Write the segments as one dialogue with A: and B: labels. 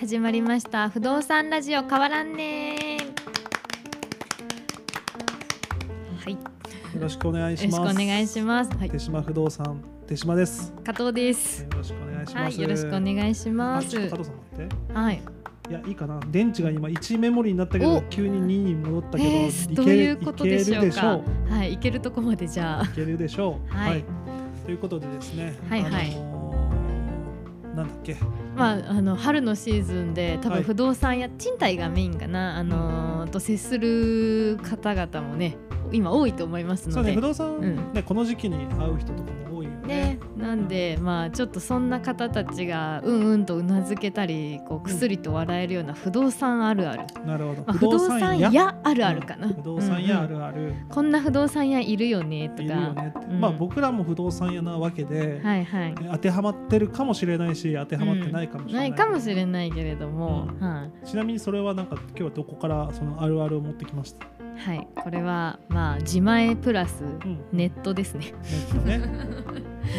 A: 始まりました不動産ラジオ変わらんねはいよ
B: よろしくお願い
A: ろ
B: し
A: しくお
B: ます。
A: 願いしますはい
B: 手島不動産手島です。
A: 加藤です
B: よろしくお願いし
A: は
B: ま
A: い
B: す。
A: よろしくお願いしま
B: あちょっ
A: す
B: と加藤さん待って。
A: はい
B: いやいいかな。電池が今1メモリになったけ
A: お
B: ど急に2に戻ったけど、
A: えー、どういうことでしょう
B: いけるでし
A: か
B: ょう。
A: はいいけるとこまでじゃあ
B: いけるでしょう。
A: はい
B: ということでですね。
A: はいはい
B: あのーなんだっけ。
A: まあ、あの春のシーズンで多
B: は
A: 分
B: い
A: 不動産や賃貸がメインかな、あのーと接する方々もね今多いと思います
B: そ
A: の
B: うね
A: で
B: 不動産、
A: うん
B: ねこの時期に会う人とかも多いよね
A: ね。なんでまあちょっとそんな方たちがうんうんとうなずけたりこうくすりと笑えるような不動産あるある、
B: なるほど。
A: まあ、不動産屋あるあるかな、
B: うん不動産屋あ
A: うん
B: るある。
A: うんこんな不動産屋いるよねとか
B: いるよねって、
A: うん
B: まあ僕らも不動産屋なわけで、
A: はいはい
B: 当てはまってるかもしれないし当てはまってないかもしれ
A: な
B: ない,、
A: いかもしれないけれども、
B: うん
A: はい
B: ちなみにそれはなんか今日はどこからそのあるあるを持ってきました、
A: はいこれはまあ自前プラス
B: うん
A: ネットですね
B: ね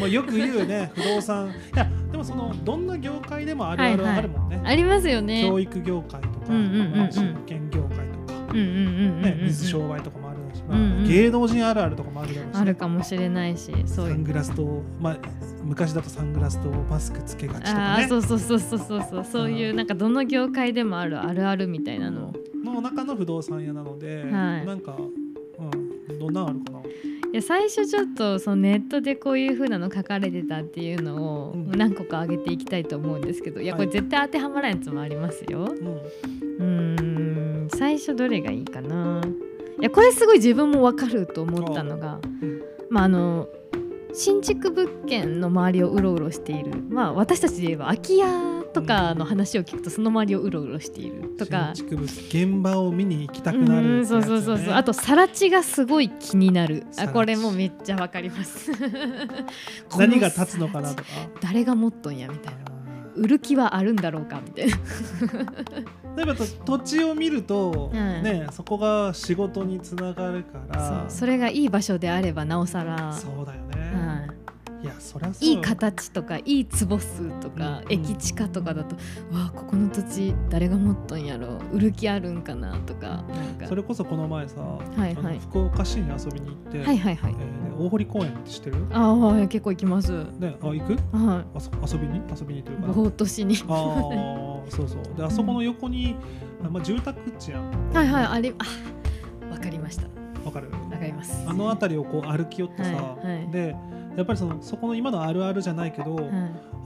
B: まあよく言うね不動産いやでもそのどんな業界でもあるあるはあるもんね、
A: ありますよね。
B: 教育業界とか、
A: うんうんうんうん
B: まあ証券業界とか、
A: うんうんうんうんうん
B: ね、水商売とかもあるだし、まあ
A: うんうん
B: 芸能人あるあるとかもあるだろうしね、
A: あるかもしれないし、そうい
B: サン
A: う。
B: グラスと、まあ、昔だとサングラスとマスクつけがちとか
A: あ
B: ね
A: あ、そうそうそうそうそうそう、そういうなんかどの業界でもあるあるあるみたいなのを。
B: の中の不動産屋なので、
A: はい
B: なんか、うん、どんなんあるかない
A: や最初ちょっとそのネットでこういう風なの書かれてたっていうのを
B: うん
A: 何個か上げていきたいと思うんですけど、いやこれ
B: はい
A: 絶対当てはまらんやつもありますよ。
B: う
A: う
B: ん
A: ーん、最初どれがいいかな。いやこれすごい自分もわかると思ったのが
B: うん、
A: まああの新築物件の周りをうろうろしている、まあ私たちで言えば空き家とかの話を聞くとその周りをうろうろしているとか。
B: 新築物現場を見に行きた
A: う
B: くなる
A: ーんそうそうそうそうあ
B: と
A: と更地がすごい気になるあ
B: 更地
A: これもめっちゃわかりますこの
B: 何が立つのかなとか
A: 誰が持っとんやみたいな売る気はあるんだろうかみたいな
B: 例えばと土地を見ると、
A: うん
B: ねそこが仕事につながるから
A: そうそれがいい場所であればなおさら、
B: そうだよ
A: う
B: ね、
A: ん
B: いやそりゃそう
A: い
B: よ
A: い形とかいい坪数とか、
B: うん
A: 駅地下とかだとわあここの土地誰が持っとんやろ売る気あるんかなとかなんか
B: それこそこの前さ、
A: いはい
B: あの福岡市に遊びに行って、
A: はいはいはい
B: えーね大堀公園って知ってる
A: ああはい結構行きますは
B: ねあ行く
A: い
B: あそ遊びに遊びにというか
A: ぼーっとしに
B: ああそうそうであそこの横に、あまあ、住宅地やん
A: はいはいありあわかりました
B: わかる
A: わかります
B: あの辺りをこう歩き寄ってさ、
A: はいはい
B: でやっぱりそのそこの今のあるあるじゃないけど、
A: はい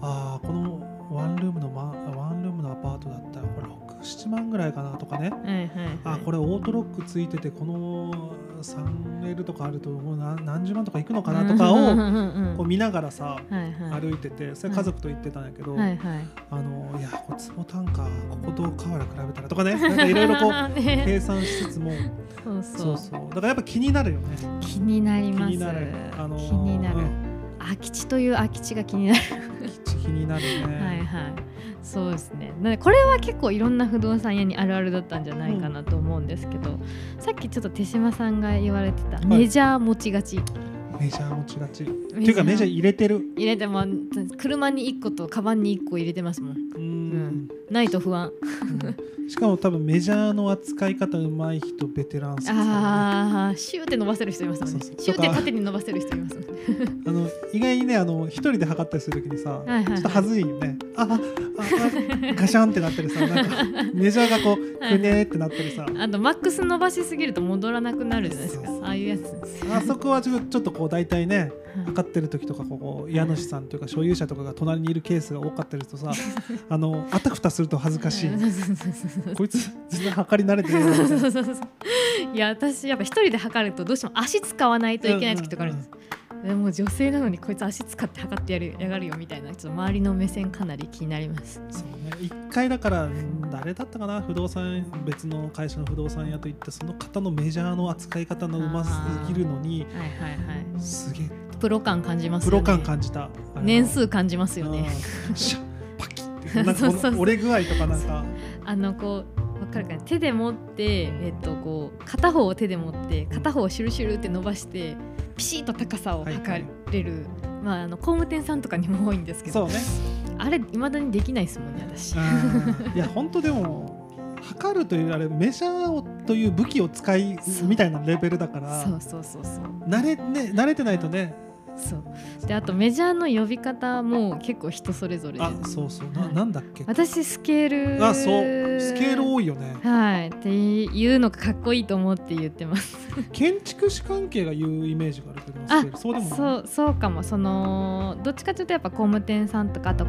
B: ああこのワンルームの、ま、ワンルームのアパートだったらこれ67万ぐらいかなとかね
A: はいはいはい
B: あーこれオートロックついててこの 3L とかあるともう何何十万とかいくのかなとか
A: うんう
B: を
A: んうんうん
B: こう見ながらさ
A: はいはい
B: 歩いててそれ家族と行ってたんやけど、
A: はいはい
B: あのいやこれ坪単価ここと河原比べたらと かねなんかいろいろこう計
A: ね
B: 算しつつも
A: そう
B: そ
A: そうう
B: そうだからやっぱ気になるよね
A: 気になり
B: 気
A: ます
B: になるあのー
A: 気になる
B: うん
A: 空き地という空き地が気になる
B: 気気になるね、
A: はいはい、そうですねなのでこれは結構いろんな不動産屋にあるあるだったんじゃないかなと思うんですけど、さっきちょっと手嶋さんが言われてた
B: い
A: メジャー持ちがち、
B: メジャー持ちがちっていうかメジャー入れてる
A: 入れても車に1個とカバンに1個入れてますもん
B: うん
A: んないと不安
B: しかも多分メジャーの扱い方うまい人ベテランさんあ
A: ああシューって伸ばせる人いますもんね
B: そうそう
A: シューっ
B: と
A: て
B: か
A: 縦に伸ばせる人いますもんね
B: の意外にねあの一人で測ったりするときにさ、
A: いはいはい
B: ちょっとはずいよねああああガシャンってなったり さなんかメジャーがこうく
A: はいはい
B: ねーってなったりさ
A: あとマックス伸ばしすぎると戻らなくなるじゃないですか
B: そうそうそう
A: ああいうやつ
B: あそこはちょちょっとこう大体ね
A: はい
B: 測ってる時とかこう家主さんというか所有者とかが隣にいるケースが多かったりすると さあのあたふたすると恥ずかしい
A: そうそうそうそう そう
B: こいつ全然測り慣れてない
A: そうそうそうそういや私やっぱ一人で測るとどうしても足使わないといけない時とかあるんです、でも女性なのにこいつ足使って測ってやるやがるよみたいなちょっと周りの目線かなり気になります
B: そうね一回だからうん誰だったかな不動産別の会社の不動産屋といってその方のメジャーの扱い方のうますぎるのに
A: はいはいはい
B: すげえ
A: プロ感感じます
B: プ
A: よね
B: ロ感感じた、あの
A: 年数感じますよね
B: うんシャッパキッてなん
A: そう
B: か
A: そうそう
B: この折れ具合とかなんか
A: あのこうわかるかな手で持ってえっとこう片方を手で持って片方をシュルシュルって伸ばしてピシッと高さを測れる、まああの工務店さんとかにも多いんですけど
B: そうね
A: あれ未だにできないですもんね私
B: うんいや本当でも測るというあれメジャーをという武器を使い
A: そう
B: みたいなレベルだから
A: そうそうそうそう
B: 慣れ,、ね、慣れてないとね
A: そうであとメジャーの呼び方も結構人それぞれ
B: あそうそうな
A: はい
B: なんだっけ
A: 私スケール
B: あそうスケール多いよね
A: はいっていうのがかっこいいと思って言ってます
B: 建築士関係が言うイメージがあるけどスケ
A: あ
B: ールそうでもない
A: そうそうかもそのどっちかというとやっぱ工務店さんとかあと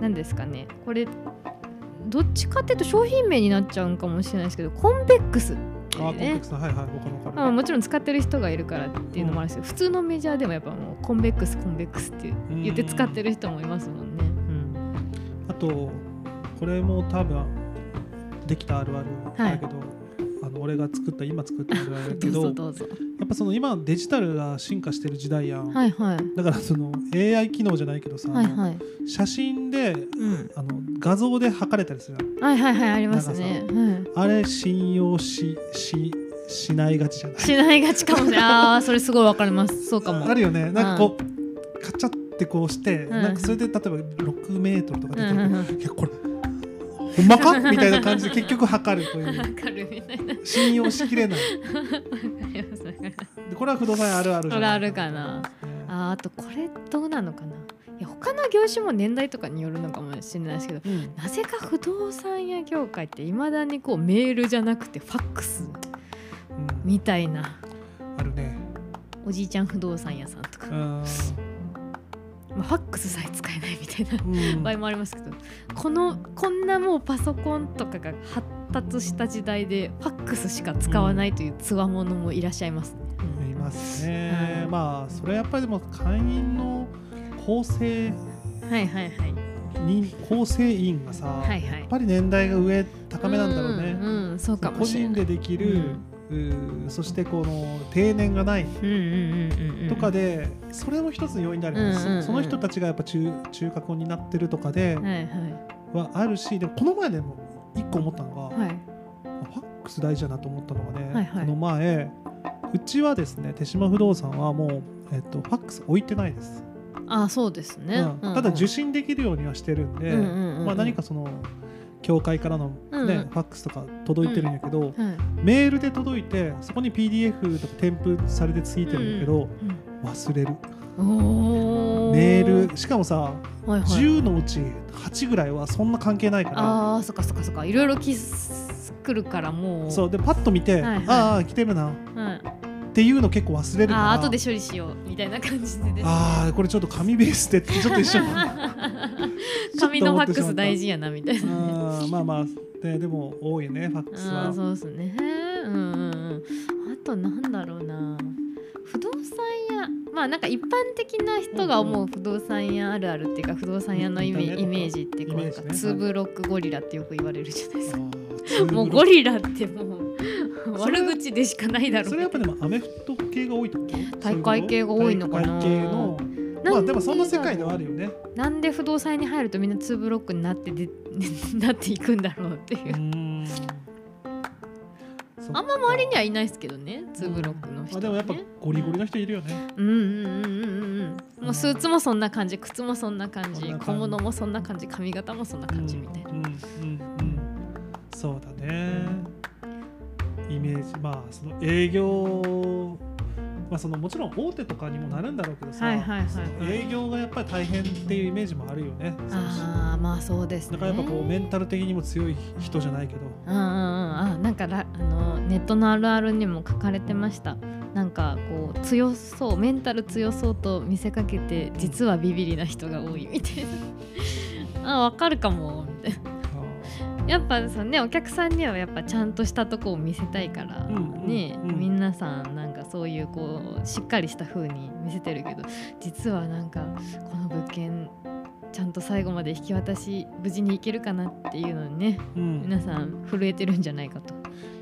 A: 何ですかねこれどっちかっていうと商品名になっちゃうんかもしれないですけどコンベックスってい
B: あコ
A: う
B: ンテ
A: ね
B: クストはいはいわかるわ
A: まあ、
B: かる
A: もちろん使ってる人がいるからっていうのもあるんですけど、普通のメジャーでもやっぱもうコンベックスコンベックスって言って使ってる人もいますもんね。うん
B: あとこれも多分できたあるあるだけど、あの俺が作った今作ったあるあ
A: ど
B: るだ け
A: う
B: ど
A: ぞ
B: や
A: どうぞ。
B: っぱその今デジタルが進化してる時代やん、
A: はいはい。
B: だからその AI 機能じゃないけどさ、
A: はいはい。
B: 写真で
A: うん。
B: あの画像で測れたりするやん
A: はいはいはいありますね。うん
B: あれ信用しししないがちじゃない
A: しないがちかもしれない。ああ、それすごいわかります。そうかも。
B: あるよねなんかこう、カチャってこうして、なんかそれで例えば6メートルとか
A: う
B: 出
A: ん
B: て
A: う
B: る、
A: んうん。
B: いやこれほんまかみたいな感じで結局測るとい
A: わ
B: う
A: かるみたいな。わ
B: 信用しきれない
A: かりますわかります
B: でこれは不動産あるあるじゃない
A: あるあるかなあーあとこれどうなのかな。いや他の業種も年代とかによるのかもしれないですけど。
B: うん
A: なぜか不動産屋業界っていまだにこうメールじゃなくてファックス
B: うん
A: みたいな
B: あるね
A: おじいちゃん不動産屋さんと
B: う
A: か、
B: ん
A: まあ、ファックスさえ使えないみたいな
B: うん
A: 場合もありますけどこのこんなもうパソコンとかが発達した時代でファックスしか使わないというつわものもいらっしゃいますね。
B: いますね、
A: うん
B: まあそれはやっぱりでも会員の構成
A: はいはいはい
B: に構成員がさ、
A: はいは
B: や
A: い
B: っ。ぱり年代が上高めなんだろうね、
A: うん、うんそうかも
B: 個
A: しれ
B: 人
A: ない。
B: でできる、うんそしてこの定年がない
A: うんうんうんうんうん。
B: とかで、それも一つの要因であるよね、
A: うんうんうん
B: そその人たちがやっぱ中中核になってるとかで
A: はいは
B: はあるしでもこの前でも一個思ったのが、
A: いはい
B: ファックス大事だなと思ったのがね、
A: はいはい
B: この前うちはですね手島不動産はもう、えっと、ファックス置いてないです、
A: あそうですね。
B: う
A: うんんうん
B: ただ受信できるようにはしてるんで、
A: うんうんうん
B: まあ、何かその教会からの、ね
A: うんうん
B: ファックスとか届いてるんやけど、
A: はい。
B: メールで届いてそこに PDF とか添付されてついてるんやけど、忘れる
A: うんお
B: メールしかもさ、
A: ル、はいはい、
B: 10のうち8ぐらいはそんな関係ないから
A: ああそっかそっかそっかいろいろ来す来るからもう。
B: そうでパッと見て、
A: はいはい
B: ああ来てるな
A: はい
B: っていうの結構忘れるから
A: あー後で処理しようみたいな感じでです
B: あーこれちょっと紙ベース でってちょっと一緒
A: 紙のファックス大
B: 事
A: 事やなみたいな
B: まあまあででも多いよねファックス
A: あ
B: は
A: ーそうですねうんうんうんあとなんだろうな不動産屋まあなんか一般的な人が思う不動産屋あるあるっていうか不動産屋のイメ
B: 見た目とか
A: イメージってこうなんか
B: イメージね
A: ツーブロックゴリラってよく言われるじゃないです
B: あ
A: か
B: ー
A: もうゴリラってもう
B: それ
A: 悪口でしかないだろ
B: そうれやっぱでもアメフト系が多いってこと
A: 大会系が多いのかな
B: 大会系のまあでもそんな世界ではあるよね
A: なんで不動産屋に入るとみんなツーブロックになってでなっていくんだろうっていうあんま周りに
B: は
A: はいないですけどねツーブロックの人、ね
B: でもやっぱゴリゴリの人いるよね
A: うんうんうんうんうんうんもうスーツもそんな感じ靴もそんな感
B: そ
A: じ
B: んな感じ
A: 小物もそんな感じ髪型もそんな感じみたいな、
B: うんうんうんそうだねイメージまあその営業まあそのもちろん大手とかにもなるんだろうけどさ、
A: はいはいはい
B: その営業がやっぱり大変っていうイメージもあるよね
A: ああまあそうですね
B: だからやっぱこうメンタル的にも強い人じゃないけど
A: うんうんうんあなんからあのネットのあるあるにも書かれてましたなんかこう強そうメンタル強そうと見せかけて実はビビりな人が多いみたいな あわかるかもみたいなやっぱそうねお客さんにはやっぱちゃんとしたとこを見せたいから、
B: うんうん
A: ね
B: うん
A: 皆さんなんかそういうこうしっかりした風に見せてるけど実はなんかこの物件ちゃんと最後まで引き渡し無事に行けるかなっていうのにね
B: うん
A: 皆さん震えてるんじゃないかと。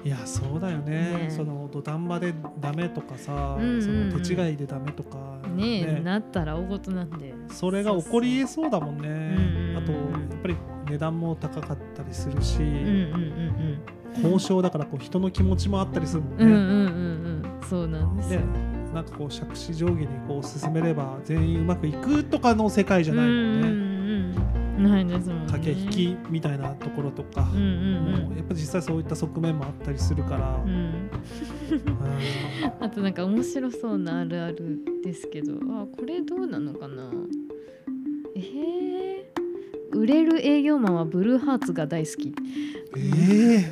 B: いやそうだよね
A: ね
B: その土壇場でダメとかさ、
A: うんうんうん
B: その手違いでダメとか
A: ねえなったら大事なんで。
B: それが起こりえそうだもんね
A: うんうん
B: あとやっぱり値段も高かったりするし、
A: うんうんうん
B: 交渉だからこう人の気持ちもあったりするもん
A: うん。うんう
B: ね。
A: んうんうん。そうなんです
B: で
A: よ。
B: なんかこう杓子定規にこう進めれば全員うまくいくとかの世界じゃないも
A: うん
B: ね。
A: んうんうんないですもんね
B: 駆け引きみたいなところとか、
A: うん
B: もうやっぱ実際そういった側面もあったりするから、
A: うんうん、うん、
B: うん
A: あとなんか面白そうなあるあるですけどあこれどうなのかなえー、売れる営業マンはブルーハーツが大好 き
B: ええい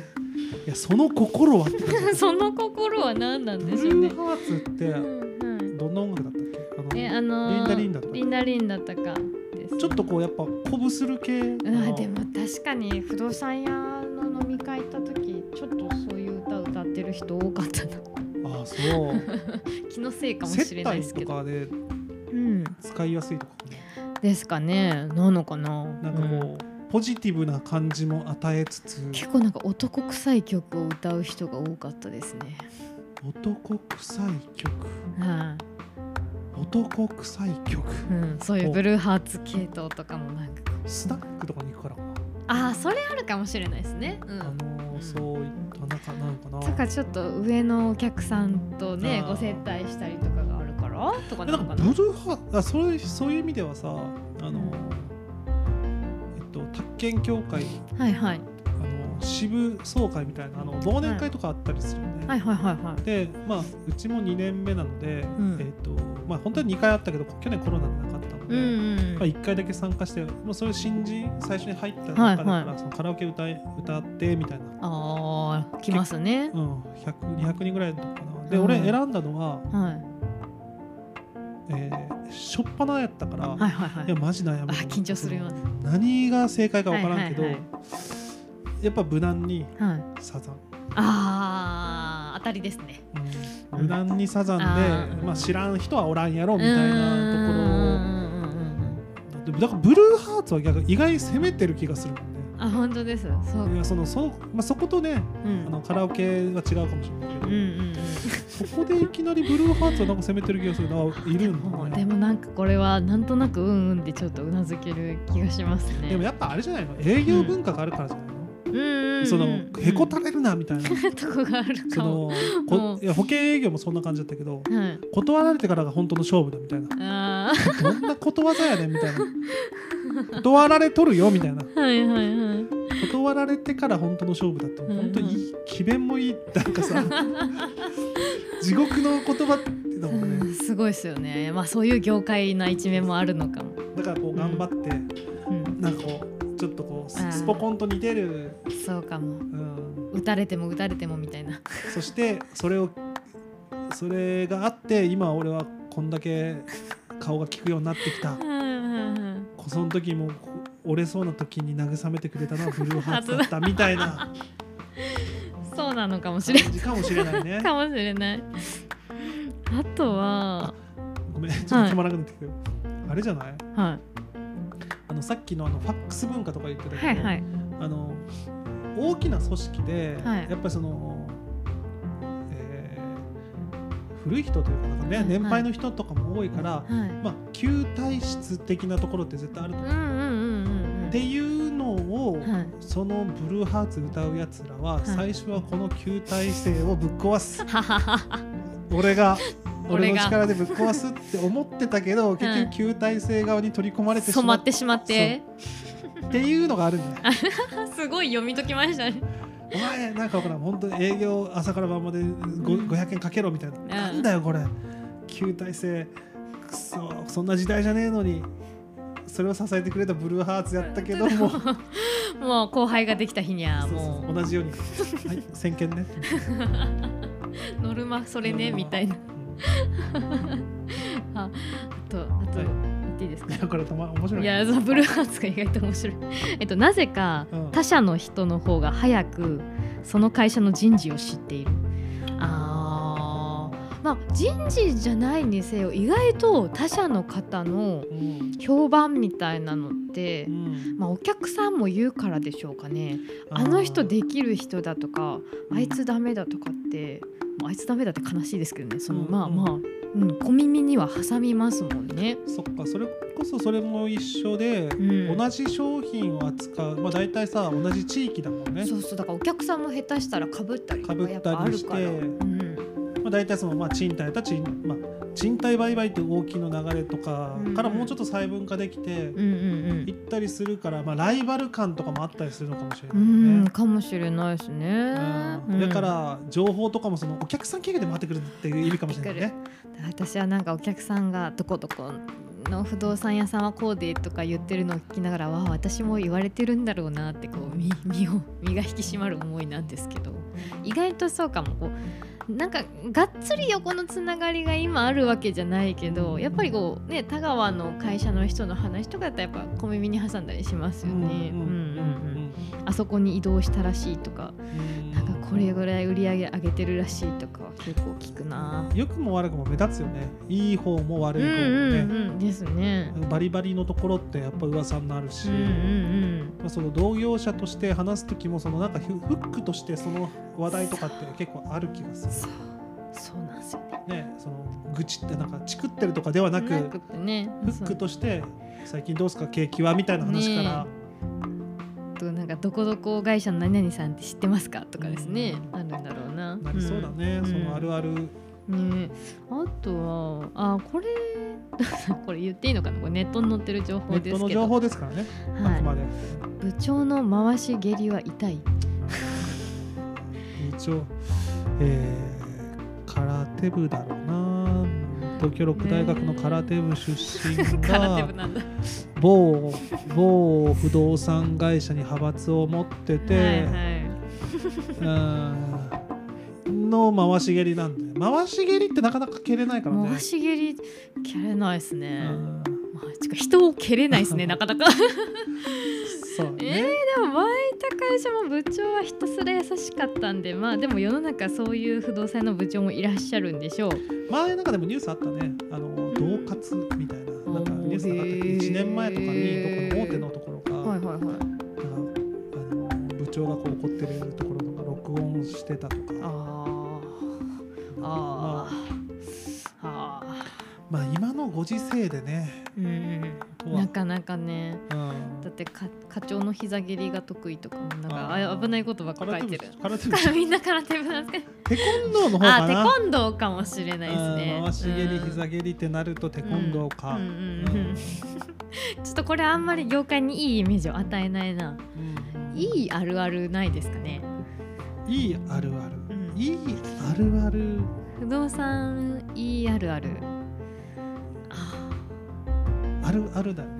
B: やその心はって感 じ
A: その心は何なん
B: ブ
A: で
B: ル
A: しょうね
B: ー、ハーツって
A: うんはい
B: どんな音楽だったっけ
A: え
B: あの
A: あのー
B: リンダリンダとか
A: リンダリンダとかですね
B: ちょっとこうやっぱ鼓舞する系
A: うわでも確かに不動産屋の飲み会行った時ちょっとそういう歌歌ってる人多かったな
B: ああそう
A: 気の せいかもし
B: 接
A: れないで
B: 待
A: すけ
B: と
A: ど、
B: かで
A: うん、
B: 使いやすいとかか
A: ですかねなのかな
B: ななんか
A: うん
B: もう、ポジティブな感じも与えつつ
A: 結構なんか男臭い曲を歌う人が多かったですね
B: 男臭い曲
A: は
B: 男臭い曲
A: い、うん、そういうブルーハーツ系統とかもなんか
B: スナックとかに行くからかな
A: ああそれあるかもしれないですねう
B: あ
A: ん
B: のーそういった中なのかな
A: とかちょっと上のお客さんとね
B: あー
A: ご接待したりとかがあるからとかな
B: えな
A: の
B: ん
A: か
B: か
A: な
B: ブルーハーツあそういうそういう意味ではさあのーえっと宅建協会
A: はいはい
B: あの支部総会みたいなあの忘年会とかあったりするよね、
A: はいはいはいはい
B: でまあうちも2年目なので、
A: ん
B: えっとまあ本当は2回あったけど去年コロナでなかったので、
A: うんうん
B: まあ、1回だけ参加してもうそれ新人最初に入った中だから、
A: はいは
B: そのカラオケ歌い歌ってみたいな、
A: ああ来ますね
B: う。ん、100200人ぐらいのとこかなで、
A: うん
B: 俺選んだのは、
A: はい
B: えー、初っ端やったから、
A: はいはいはい
B: や
A: い。
B: マジ悩む
A: あ緊張するよ。
B: 何が正解か分からんけど、
A: はいはい
B: やっぱ無難に
A: はい。
B: サザン
A: ああ当たりですね。
B: うん無難にサザンで
A: あー
B: まあ、知らん人はおらんやろみたいな
A: と
B: ところをだからブルーハーツは逆に意外に攻めてる気がするもんね
A: ころ。あ本当です。そう。
B: いやそのそ,、まあ、そことね
A: う
B: あ
A: ん
B: のカラオケは違うかもしれないけど、
A: うんうん
B: そこでいきなりブルーハーツはなんか攻めてる気がするないる
A: うんん。
B: だ
A: で
B: ね
A: もなんかこれはなんとなくうんうんってちょっとうなずける気がしますね。
B: でもやっぱあれじゃないの営業文化があるからじゃない
A: うんう
B: の、
A: んうん
B: そのへこたれるなみたいな、
A: とこがある
B: そ
A: かも。
B: の
A: う
B: こ
A: ん
B: いや保険営業もそんな感じだったけど
A: はい。
B: 断られてからが本当の勝負だみたいな
A: あ
B: どんなことわざやねんみたいな。断られとるよみたいな。
A: あはいはいはい。
B: 断られてから本当の勝負だって、
A: うんうん
B: 本当にいい詭弁もいい、なん かさ、地獄の言葉ってだもん
A: う
B: ね。
A: んすごいですよね。まあそういう業界な一面もあるのかも。
B: だからこう頑張って、
A: うん。
B: なんかこう、ちょっとこう、
A: あー
B: ススポコンと似てる、
A: そうかも。
B: うん、
A: 打たれても打たれてもみたいな。
B: そしてそれを、それがあって、今俺はこんだけ顔が利くようになってきた。その時も折れそうな時に慰めてくれたのはブルーハーツだったみたいな。
A: そうなのかもしれ
B: 感じかもしれないね
A: ない。。かもしれない。あとは、
B: ごめん、ちょっとつまらなくなってきたよ。あれじゃない
A: は
B: あのさっきのあのファックス文化とか言ってた
A: い、
B: けど、
A: はいはい
B: あの大きな組織で、
A: はい
B: やっぱりその、えー古い人というかなんか、ね
A: はいはい
B: 年配の人とかも多いから、
A: はい。
B: まあ、旧体質的なところって絶対あると
A: う
B: 思う。
A: んうんうんうんうん。
B: っていうのを、
A: はい
B: そのブルーハーツ歌うやつらは、
A: い
B: 最初はこの旧体制をぶっ壊す
A: はははは
B: 俺 が
A: 俺
B: 俺の
A: が
B: 力でぶっ壊すって思ってたけど結局旧体制側に取り込 まれてし
A: 染
B: ま
A: ま
B: っ
A: ってしまって。
B: っていうのがあるんじゃない
A: すごい読み解きましたね。
B: お前なんかほらん本当に営業朝から晩までご
A: うん
B: 500円かけろみたいな、なんだよこれ旧体制くそそんな時代じゃねえのにそれを支えてくれたブルーハーツやったけどもそう
A: もう後輩ができた日には
B: そう
A: も
B: そう同じよ うに、はい、先見ね
A: うノルマそれねみたいな。ああとあと
B: はい
A: 言っていいです
B: うんい
A: か。
B: やこれたま面白い
A: いやそのブルーハーツが意外と面白い。 えっとなぜか
B: うん
A: 他社の人の方が早くその会社の人事を知っている。あーまあ人事じゃないにせよ意外と他社の方の
B: うん
A: 評判みたいなのって
B: う、ん
A: まあ、お客さんも言うからでしょうかね。あの人できる人だとかあいつダメだとかってまああいつダメだって悲しいですけどねその、
B: うん
A: まあまあ、うん、小耳には挟みますもんね。
B: そっかそれこそそれも一緒で、
A: うん
B: 同じ商品を扱うまあ大体さ同じ地域だもんね、
A: そうそうだからお客さんも下手したらかぶったりとか
B: 被
A: やっ
B: っ
A: ぱ
B: た
A: あ
B: り
A: る
B: して
A: から。うん
B: まあ、大体そのまあ賃貸たち、まあ、賃貸売買って大きいの流れとか
A: うん
B: からもうちょっと細分化できて
A: うんうん
B: 行ったりするから、まあ、ライバル感とかもあったりするのかもしれな
A: う
B: いよ
A: ん、うん、
B: ね。
A: かもしれないですね
B: う。んだから情報とかもそのお客さん経由で回ってくるっていう意味かもしれないね。
A: うん私はなんかお客さんがどこどこの不動産屋さんはこうでとか言ってるのを聞きながらわあ私も言われてるんだろうなってこう身 身を身が引き締まる思いなんですけど意外とそうかもこうなんかがっつり横のつながりが今あるわけじゃないけどやっぱりこうね田川の会社の人の話とかだったらやっぱ小耳に挟んだりしますよね。うんうんうんあそこに移動したらしいとかなんかこれぐらい売り上げ上げてるらしいとかは結構聞くな。
B: 良くも悪くも目立つよね。いい方も
A: う
B: 悪
A: ん
B: い方もね。
A: うんうんですね。
B: バリバリのところってやっぱ噂になるし、
A: うんうん
B: まあその同業者として話す時もそのなんかフフックとしてその話題とかって結構ある気がす
A: うん。
B: る
A: そうそうなんですよね。
B: ねその愚痴ってなんかチクってるとかではなく
A: ってね。
B: フックとして最近どうすか景気はみたいな話から、
A: そうとなんかどこどこ会社の何々さんって知ってますかとかですね。あるんだろうな。
B: なりそうだね、
A: うん
B: そのあるある、
A: ねあとはあこれ これ言っていいのかなこれネットに載ってる情
B: ネ
A: 報で
B: ット
A: す
B: の
A: けど
B: 情報ですからね、あ
A: は
B: く
A: い
B: まで
A: 部長の回し蹴りは痛い
B: 一応、えー、空手部だろうな東京六大学の空手部出身
A: 空手
B: が
A: 部なんだ
B: 某某不動産会社に派閥を持ってて、
A: はいはい、
B: うんの回し蹴りなんで回し蹴りってなかなか蹴れないからね。
A: 回し蹴り蹴れないです
B: う
A: ね、
B: ん
A: まあ、ちか人を蹴れないです ねなかなかで
B: そうね、
A: も前いた会社も部長はひたすら優しかったんでまあでも世の中そういう不動産の部長もいらっしゃるんでしょう
B: 前なんかでもニュースあったねあの同活みたいな,、なんかニュースがあったけど1年前とかにどこ大手のところが、
A: いはいはい
B: なんかあの部長がこう怒ってるところとか録音してたとか
A: あああああ
B: まあ今のご時世でね、
A: うん
B: とは
A: なかなかね
B: うん
A: だってか課長の膝蹴りが得意とかもなんか
B: あー
A: あ危ないことばっか書いてる
B: 空手部
A: だ からみんな空手部なんですか
B: テコンドーの方
A: あ
B: か
A: テ
B: な
A: コンドーかもしれないですね
B: うん回し蹴り
A: うん
B: 膝蹴りってなるとテコンドーか、
A: うんうんうんうん ちょっとこれあんまり業界にいいイメージを与えないな
B: うん
A: いいあるあるないですかね
B: いいあるある、
A: うん
B: いいあるある
A: 不動産いいあるあるあ
B: あるあるだよね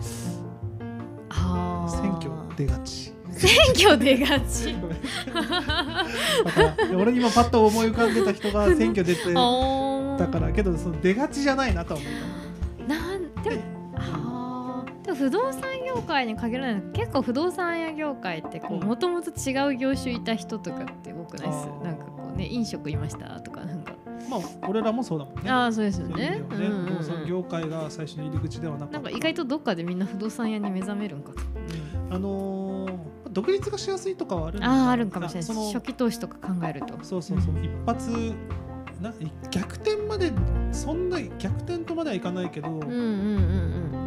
A: ーあー
B: 選挙出が ち
A: 選挙出が ち
B: だから俺今パッと思い浮かんでた人が選挙出て
A: あ
B: だからけどその出がちじゃないなとは思
A: らなんでもあーでも不動産業界に限らない結構不動産屋業界ってこ
B: うん
A: うもともと違う業種いた人とかって多くないです
B: あー
A: なんかこうね飲食いましたとかなんか
B: うまあ俺らもそうだもんね
A: ああそうです
B: そ
A: よ
B: ういう意
A: ね
B: 味で
A: う
B: は
A: ん
B: ね
A: うん
B: 不動
A: う
B: 産
A: ん
B: 業界が最初の入り口ではなかった
A: なんか意外とどっかでみんな不動産屋に目覚めるんかと。
B: あのー独立がしやすいとかはあるんだ
A: あああるんかもしれない
B: そ
A: です。
B: の
A: 初期投資とか考えると。
B: そうそうそう、
A: うん
B: 一発な逆転までそんな逆転とまではいかないけど、
A: うんうんう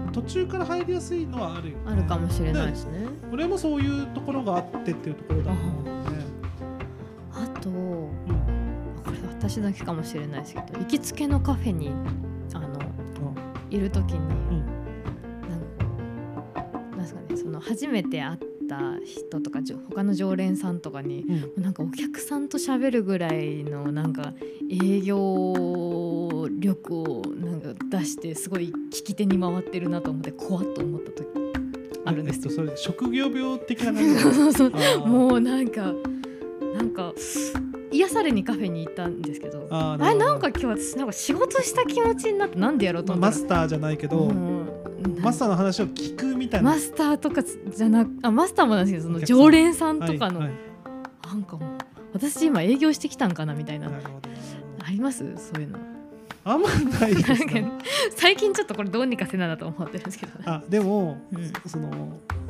A: ん
B: 途中から入りやすいのはあるよ、ね
A: うん。、あるかもしれないで
B: ね
A: すね。
B: 俺もそういうところがあってっていうところだと思うので、ね
A: あと
B: うん
A: これ私だけかもしれないですけど行きつけのカフェにあのいる時に、なんかなんですかねその初めて会った人とかじょ他の常連さんとかに
B: うんうん
A: なんかお客さんと喋るぐらいのなんか営業力をなんか出してすごい聞き手に回ってるなと思って怖っと思った時あるんです
B: えっとそれ職業病的な感じ
A: そうそうそう
B: あ ー
A: もうなんかなんか癒されにカフェに行ったんですけどあ
B: あー
A: れなんか今日私なんか仕事した気持ちになってなんでやろうと
B: まあ
A: 思っ
B: マ
A: たら
B: スターじゃないけど、
A: うん
B: マスターの話を聞くみたいな
A: マスターとかじゃなくあマスターもなんですけどそ
B: お
A: の
B: 客さん
A: 常連さんとかの、
B: はいはい
A: なんかもう私今営業してきたんかなみたいな、
B: なるほど
A: ありますそういうの
B: あんまないで
A: なん
B: す
A: か
B: ね
A: 最近ちょっとこれどうにかせなだと思ってるんですけどね。
B: あでも、
A: うん
B: その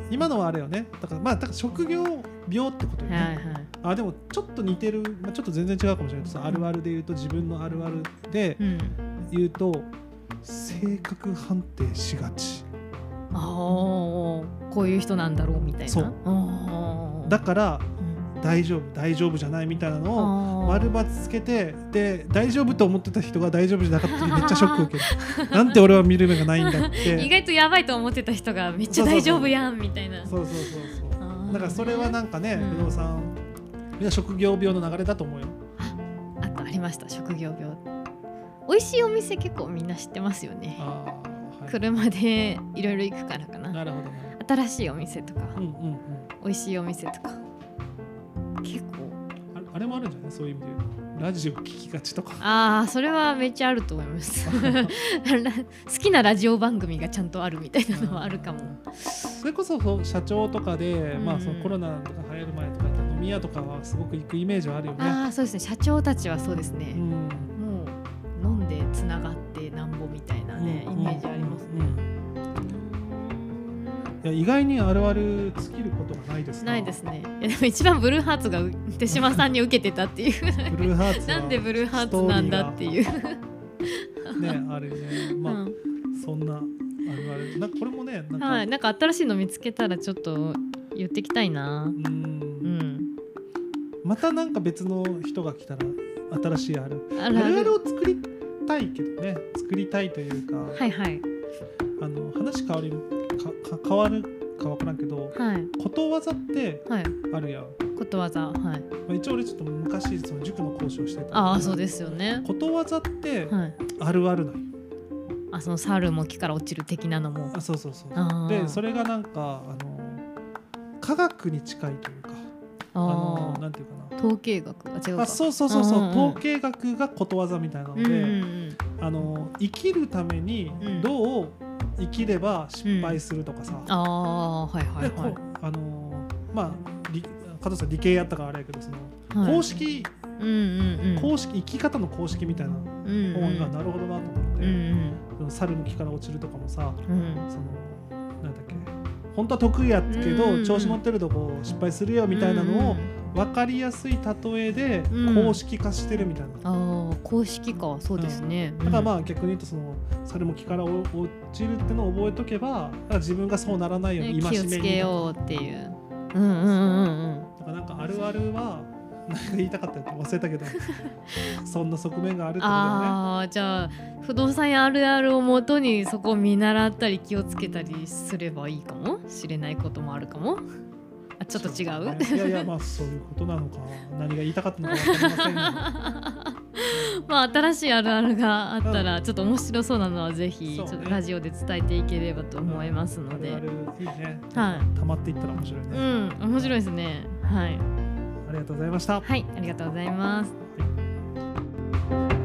B: 今のはあれよねだからまあだから職業病ってことよね、
A: はいはい。
B: あでもちょっと似てる、まあ、ちょっと全然違うかもしれないけどさあるあるで言うと自分のあるあるで
A: うん。
B: 言うと性格判定しがち
A: ああ、こういう人なんだろうみたいな。
B: そう
A: あー
B: だから
A: うん
B: 大丈夫大丈夫じゃないみたいなのを丸
A: 丸
B: バツつけてで大丈夫と思ってた人が大丈夫じゃなかった時めっちゃショック受けるなんて俺は見る目がないんだ っ
A: 意
B: て
A: 外とやばいと思ってた人がめっちゃ
B: そうそうそう
A: 大丈夫やんみたいな
B: そうそうそうそう
A: あー
B: だからそれはなんかね、
A: うん
B: 不動産みんな職業病の流れだと思うよ
A: あとありました職業病美味しいお店結構みんな知ってますよね
B: ああ、はい、
A: 車でいろいろ行くからかな
B: なるほどね
A: 新しいお店とか
B: うんうんうん
A: 美味しいお店とか結構
B: あれあれもあるんじゃないそういう意味で言うとラジオ聞きがちとか
A: ああそれはめっちゃあると思います 好きなラジオ番組がちゃんとあるみたいなのはあるかも
B: それこそそう社長とかで、
A: ん
B: まあ、そのコロナとか流行る前とかって飲み屋とかはすごく行くイメージはあるよね。
A: ああそうですね社長たちはそうです
B: う
A: ね、
B: ん
A: もう飲んでつながってなんぼみたいなね、イメージありますね、
B: いや意外にあるある尽きることがないです
A: ないですねいやでも一番ブルーハーツがう手島さんに受けてたっていう
B: ブルーハーツは
A: なんでブルーハーツなんだっていう
B: ス。トーリーがねあれねまあ、
A: うん
B: そんなあるあるなんかこれもねなんか、
A: はい、なんか新しいの見つけたらちょっと言ってきたいな
B: う。
A: うんん。
B: またなんか別の人が来たら新しいある
A: あ
B: ある
A: らあ
B: ある
A: る。
B: を作りたいけどね作りたいというか、
A: はいはい
B: あの話変わりかか変わるかわからんけど
A: はい
B: ことわざって
A: はい。
B: あるやん、ま
A: ことわざはい。
B: あ、一応俺ちょっと昔その塾の講師をしてた
A: ああそうですよね。
B: ことわざって
A: はい。
B: あるあるなんよ
A: あその猿も木から落ちる的なのも。
B: あそうそうそう
A: あ
B: でそ
A: れ
B: れがなんかあの科学に近いというか
A: あ
B: あ
A: ー
B: のなんていうかな
A: 統計学あ違うか。
B: あそうそうそうそう、
A: うんうんうん
B: 統計学がことわざみたいなので、
A: うんうん
B: あの生きるために
A: うん
B: どう生きれば失敗するとかさ、
A: うん。ああーはいはい
B: で
A: は
B: こうあのまあ理加藤さん理系やったからあれやけどその、
A: い。はい
B: 公。式
A: うんうんうん。
B: 公式生き方の公式みたいな
A: うんうん。
B: 本がなるほどなと思っ
A: う
B: て、
A: ん
B: その猿の木から落ちるとかもさ
A: うんうん。
B: そのなんだっけ本当は得意やけど、
A: うんうん
B: 調子乗ってるとこう失敗するよみたいなのを
A: うんうん
B: 分かりやすい例えで
A: うん
B: 公式化してるみたいな。
A: ああ公式かそうですね。
B: だからまあ逆に言うとその猿も木から落ちるってのを覚えとけばだから自分がそうならないよう
A: ね
B: に
A: 気
B: 戒め
A: を
B: に
A: つけようっていう。うんうんうんうん。
B: だからなんかあるあるは何か言いたかったのか忘れたけ どそんな側面があるってことだよね。
A: ああじゃあ不動産屋あるあるをもとにそこを見習ったり気をつけたりすればいいかもしれないこともあるかもあちょっと違う
B: そ うねいやいやまあそういうことなのか何が言いたかったのか分かりませんが
A: まあ新しいあるあるがあった
B: う
A: らちょっと面白そうなのはぜひ、
B: そうね
A: ちょっとラジオで伝えていければと思いますの
B: あ
A: で、
B: るあるいいね。
A: は
B: 溜まっていったら面白い
A: い、う
B: ね。
A: ん面白いですねはい、
B: ありがとうございました。
A: はい、ありがとうございます